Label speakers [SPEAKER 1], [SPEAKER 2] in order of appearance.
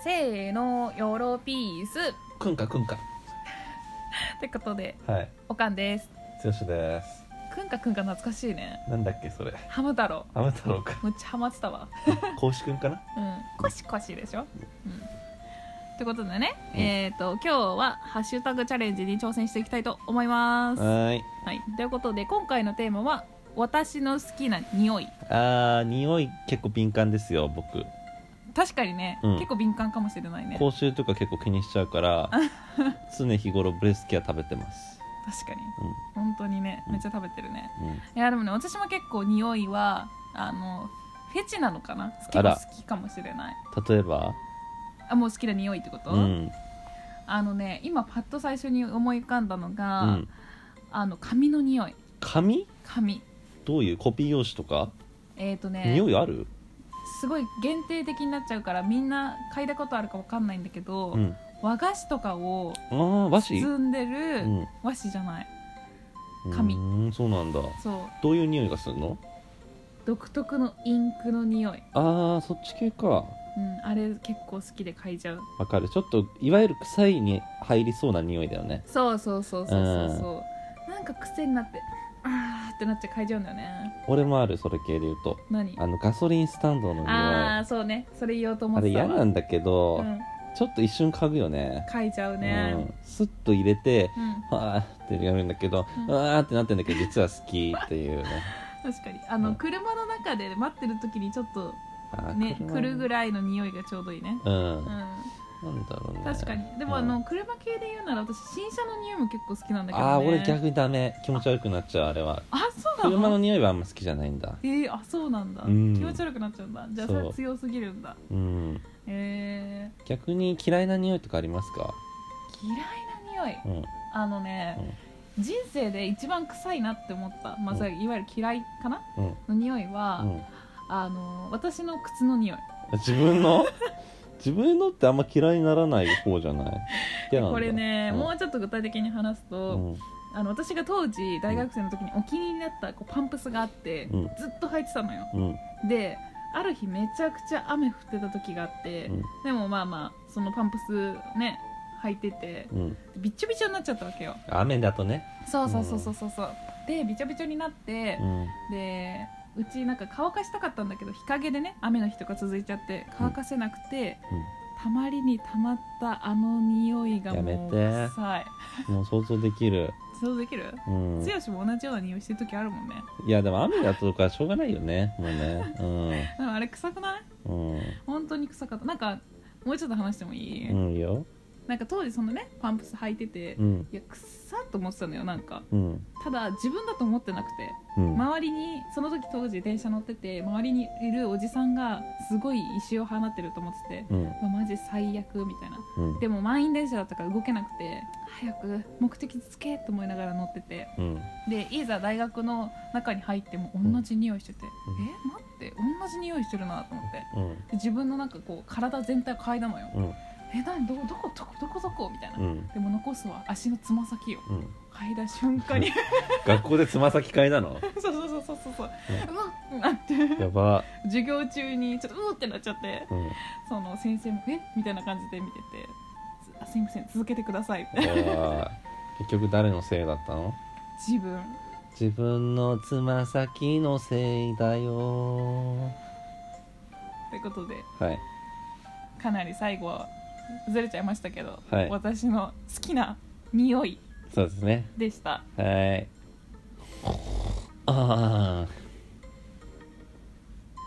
[SPEAKER 1] せーのヨーロピース
[SPEAKER 2] くんかくんか
[SPEAKER 1] ってことで
[SPEAKER 2] はい
[SPEAKER 1] おかんです
[SPEAKER 2] 剛です
[SPEAKER 1] くんかくんか懐かしいね
[SPEAKER 2] なんだっけそれ
[SPEAKER 1] 浜太郎
[SPEAKER 2] 浜太郎 か
[SPEAKER 1] むっちゃハマってたわ
[SPEAKER 2] 孔子くんかな
[SPEAKER 1] うんコシコシでしょうんってことでね、
[SPEAKER 2] うん
[SPEAKER 1] えっ、と今日はハッシュタグチャレンジに挑戦していきたいと思います、は
[SPEAKER 2] はい
[SPEAKER 1] い、ということで今回のテーマは私の好きな匂い
[SPEAKER 2] あー匂い結構敏感ですよ僕
[SPEAKER 1] 確かにね、
[SPEAKER 2] うん
[SPEAKER 1] 結構敏感かもしれないね
[SPEAKER 2] 口臭とか結構気にしちゃうから 常日頃ブレスケア食べてます
[SPEAKER 1] 確かに本当にねめっちゃ食べてるね、
[SPEAKER 2] うんうん
[SPEAKER 1] いやでもね私も結構匂いはあのフェチなのかな結構
[SPEAKER 2] あら
[SPEAKER 1] 好きかもしれない
[SPEAKER 2] 例えば
[SPEAKER 1] あもう好きな匂いってこと、
[SPEAKER 2] うん
[SPEAKER 1] あのね今パッと最初に思い浮かんだの
[SPEAKER 2] う
[SPEAKER 1] が、
[SPEAKER 2] ん
[SPEAKER 1] あの髪の匂い
[SPEAKER 2] 紙
[SPEAKER 1] 髪
[SPEAKER 2] どういうコピー用紙とか
[SPEAKER 1] えっ、とね
[SPEAKER 2] 匂いある
[SPEAKER 1] すごい限定的になっちゃうからみんな嗅いだことあるかわかんないんだけど、
[SPEAKER 2] うん
[SPEAKER 1] 和菓子とかを
[SPEAKER 2] あー和紙
[SPEAKER 1] 包んで
[SPEAKER 2] う
[SPEAKER 1] る
[SPEAKER 2] ん
[SPEAKER 1] 和紙じゃない、紙
[SPEAKER 2] うんそうなんだ
[SPEAKER 1] そう
[SPEAKER 2] どういう匂いがするの
[SPEAKER 1] 独特のインクの匂い、
[SPEAKER 2] あーそっち系か
[SPEAKER 1] うん、あれ結構好きで嗅いじゃう
[SPEAKER 2] わかるちょっといわゆる臭いに入りそうな匂いだよね
[SPEAKER 1] そうそうそうそうそうそうなんか癖になってあーってなっちゃう嗅いじゃうんだよね
[SPEAKER 2] 俺もあるそれ系で言うと
[SPEAKER 1] 何
[SPEAKER 2] あのガソリンスタンドの匂い
[SPEAKER 1] あ
[SPEAKER 2] あ
[SPEAKER 1] あそうねそれ言おうと思っ
[SPEAKER 2] れ
[SPEAKER 1] てたわ
[SPEAKER 2] 嫌なんだけど、
[SPEAKER 1] うん、
[SPEAKER 2] ちょっと一瞬嗅ぐよね
[SPEAKER 1] 嗅いじゃうね
[SPEAKER 2] うん、スッと入れて
[SPEAKER 1] うん、
[SPEAKER 2] あーってやるんだけど、
[SPEAKER 1] うん
[SPEAKER 2] あーってなってんだけど実は好きっ ていうね
[SPEAKER 1] 確かにあの、
[SPEAKER 2] うん
[SPEAKER 1] 車の中で待ってる時にちょっと
[SPEAKER 2] あー
[SPEAKER 1] ね
[SPEAKER 2] 車
[SPEAKER 1] 来るぐらいの匂いがちょうどいいね
[SPEAKER 2] うん、
[SPEAKER 1] うん
[SPEAKER 2] なんだろうね
[SPEAKER 1] 確かにでも、
[SPEAKER 2] う
[SPEAKER 1] あ
[SPEAKER 2] ん
[SPEAKER 1] の車系で言うなら私新車の匂いも結構好きなんだけど、ね、
[SPEAKER 2] あー俺逆にダメ気持ち悪くなっちゃうあれは
[SPEAKER 1] あそうな
[SPEAKER 2] 車
[SPEAKER 1] の
[SPEAKER 2] の匂いはあんま好きじゃないんだ
[SPEAKER 1] えー、あそうなんだ、
[SPEAKER 2] うん
[SPEAKER 1] 気持ち悪くなっちゃうんだじゃあそれ
[SPEAKER 2] そう
[SPEAKER 1] 強すぎるんだ
[SPEAKER 2] うん
[SPEAKER 1] え
[SPEAKER 2] 逆に嫌いな匂いとかありますか
[SPEAKER 1] ー、嫌いな匂い
[SPEAKER 2] うん
[SPEAKER 1] あのね、人生で一番臭いなって思った、まあ
[SPEAKER 2] うん
[SPEAKER 1] それいわゆる嫌いかな
[SPEAKER 2] うん
[SPEAKER 1] の匂いは、
[SPEAKER 2] うん
[SPEAKER 1] あの私の靴の匂い
[SPEAKER 2] 自分の 自分のってあんま嫌いにならない方じゃない嫌なんだ
[SPEAKER 1] これね、
[SPEAKER 2] うん
[SPEAKER 1] もうちょっと具体的に話す
[SPEAKER 2] う
[SPEAKER 1] と、
[SPEAKER 2] ん
[SPEAKER 1] あの私が当時大学生の時にお気に入りだったこうパンプスがあって、
[SPEAKER 2] うん
[SPEAKER 1] ずっと履いてたのよ
[SPEAKER 2] うん
[SPEAKER 1] である日めちゃくちゃ雨降ってた時があって、
[SPEAKER 2] うん
[SPEAKER 1] でもまあまあそのパンプスね履いてて
[SPEAKER 2] うん
[SPEAKER 1] びっちょびちょになっちゃったわけよ
[SPEAKER 2] 雨だとね
[SPEAKER 1] そうそうそうそうそうそうでびちょびちょになって
[SPEAKER 2] う、ん
[SPEAKER 1] でうちなんか乾かしたかったんだけど日陰でね雨の日とか続いちゃって乾かせなくて、たまりにたまったあの匂いが
[SPEAKER 2] やめ
[SPEAKER 1] もう
[SPEAKER 2] て
[SPEAKER 1] 臭い
[SPEAKER 2] うんもう想像できる
[SPEAKER 1] そうできる
[SPEAKER 2] うん
[SPEAKER 1] 剛も同じような匂いしてる時あるもんね
[SPEAKER 2] いやでも雨だとかしょうがないよねもうね
[SPEAKER 1] でもあれ臭くない
[SPEAKER 2] うん
[SPEAKER 1] 本当に臭かったなんかもうちょっと話してもいい、
[SPEAKER 2] うんうんいいよ
[SPEAKER 1] なんか当時そのねパンプス履いてて、
[SPEAKER 2] う
[SPEAKER 1] い
[SPEAKER 2] ん
[SPEAKER 1] や臭っと思ってたのよなんか
[SPEAKER 2] うん
[SPEAKER 1] ただ自分だと思ってなくて
[SPEAKER 2] うん
[SPEAKER 1] 周りにその時当時電車乗ってて周りにいるおじさんがすごい石を放ってると思ってて
[SPEAKER 2] うん
[SPEAKER 1] うわマジ最悪みたいな
[SPEAKER 2] うん
[SPEAKER 1] でも満員電車だったから動けなくて早く目的地つけと思いながら乗ってて
[SPEAKER 2] うん
[SPEAKER 1] でいざ大学の中に入っても同じ匂いしてて、
[SPEAKER 2] うん
[SPEAKER 1] え待って同じ匂いしてるなと思って
[SPEAKER 2] うん
[SPEAKER 1] で自分のなんかこう体全体を嗅いだのよ
[SPEAKER 2] うん
[SPEAKER 1] え何どこどこどこどこどこみたいな、
[SPEAKER 2] うん
[SPEAKER 1] でも残すは足のつま先よ
[SPEAKER 2] うん
[SPEAKER 1] 嗅いだ瞬間に
[SPEAKER 2] 学校でつま先替えなの
[SPEAKER 1] そうそうそうそうそうそううわっなって
[SPEAKER 2] やば
[SPEAKER 1] 授業中にちょっとうーってなっちゃって
[SPEAKER 2] うん
[SPEAKER 1] その先生も「えみたいな感じで見てて「すあすいません続けてください」って
[SPEAKER 2] あー結局誰のせいだったの
[SPEAKER 1] 自分
[SPEAKER 2] 自分のつま先のせいだよ
[SPEAKER 1] ということで
[SPEAKER 2] はい
[SPEAKER 1] かなり最後はずれちゃいましたけど、
[SPEAKER 2] はい
[SPEAKER 1] 私の好きな匂い
[SPEAKER 2] そうですね
[SPEAKER 1] でした
[SPEAKER 2] はいあ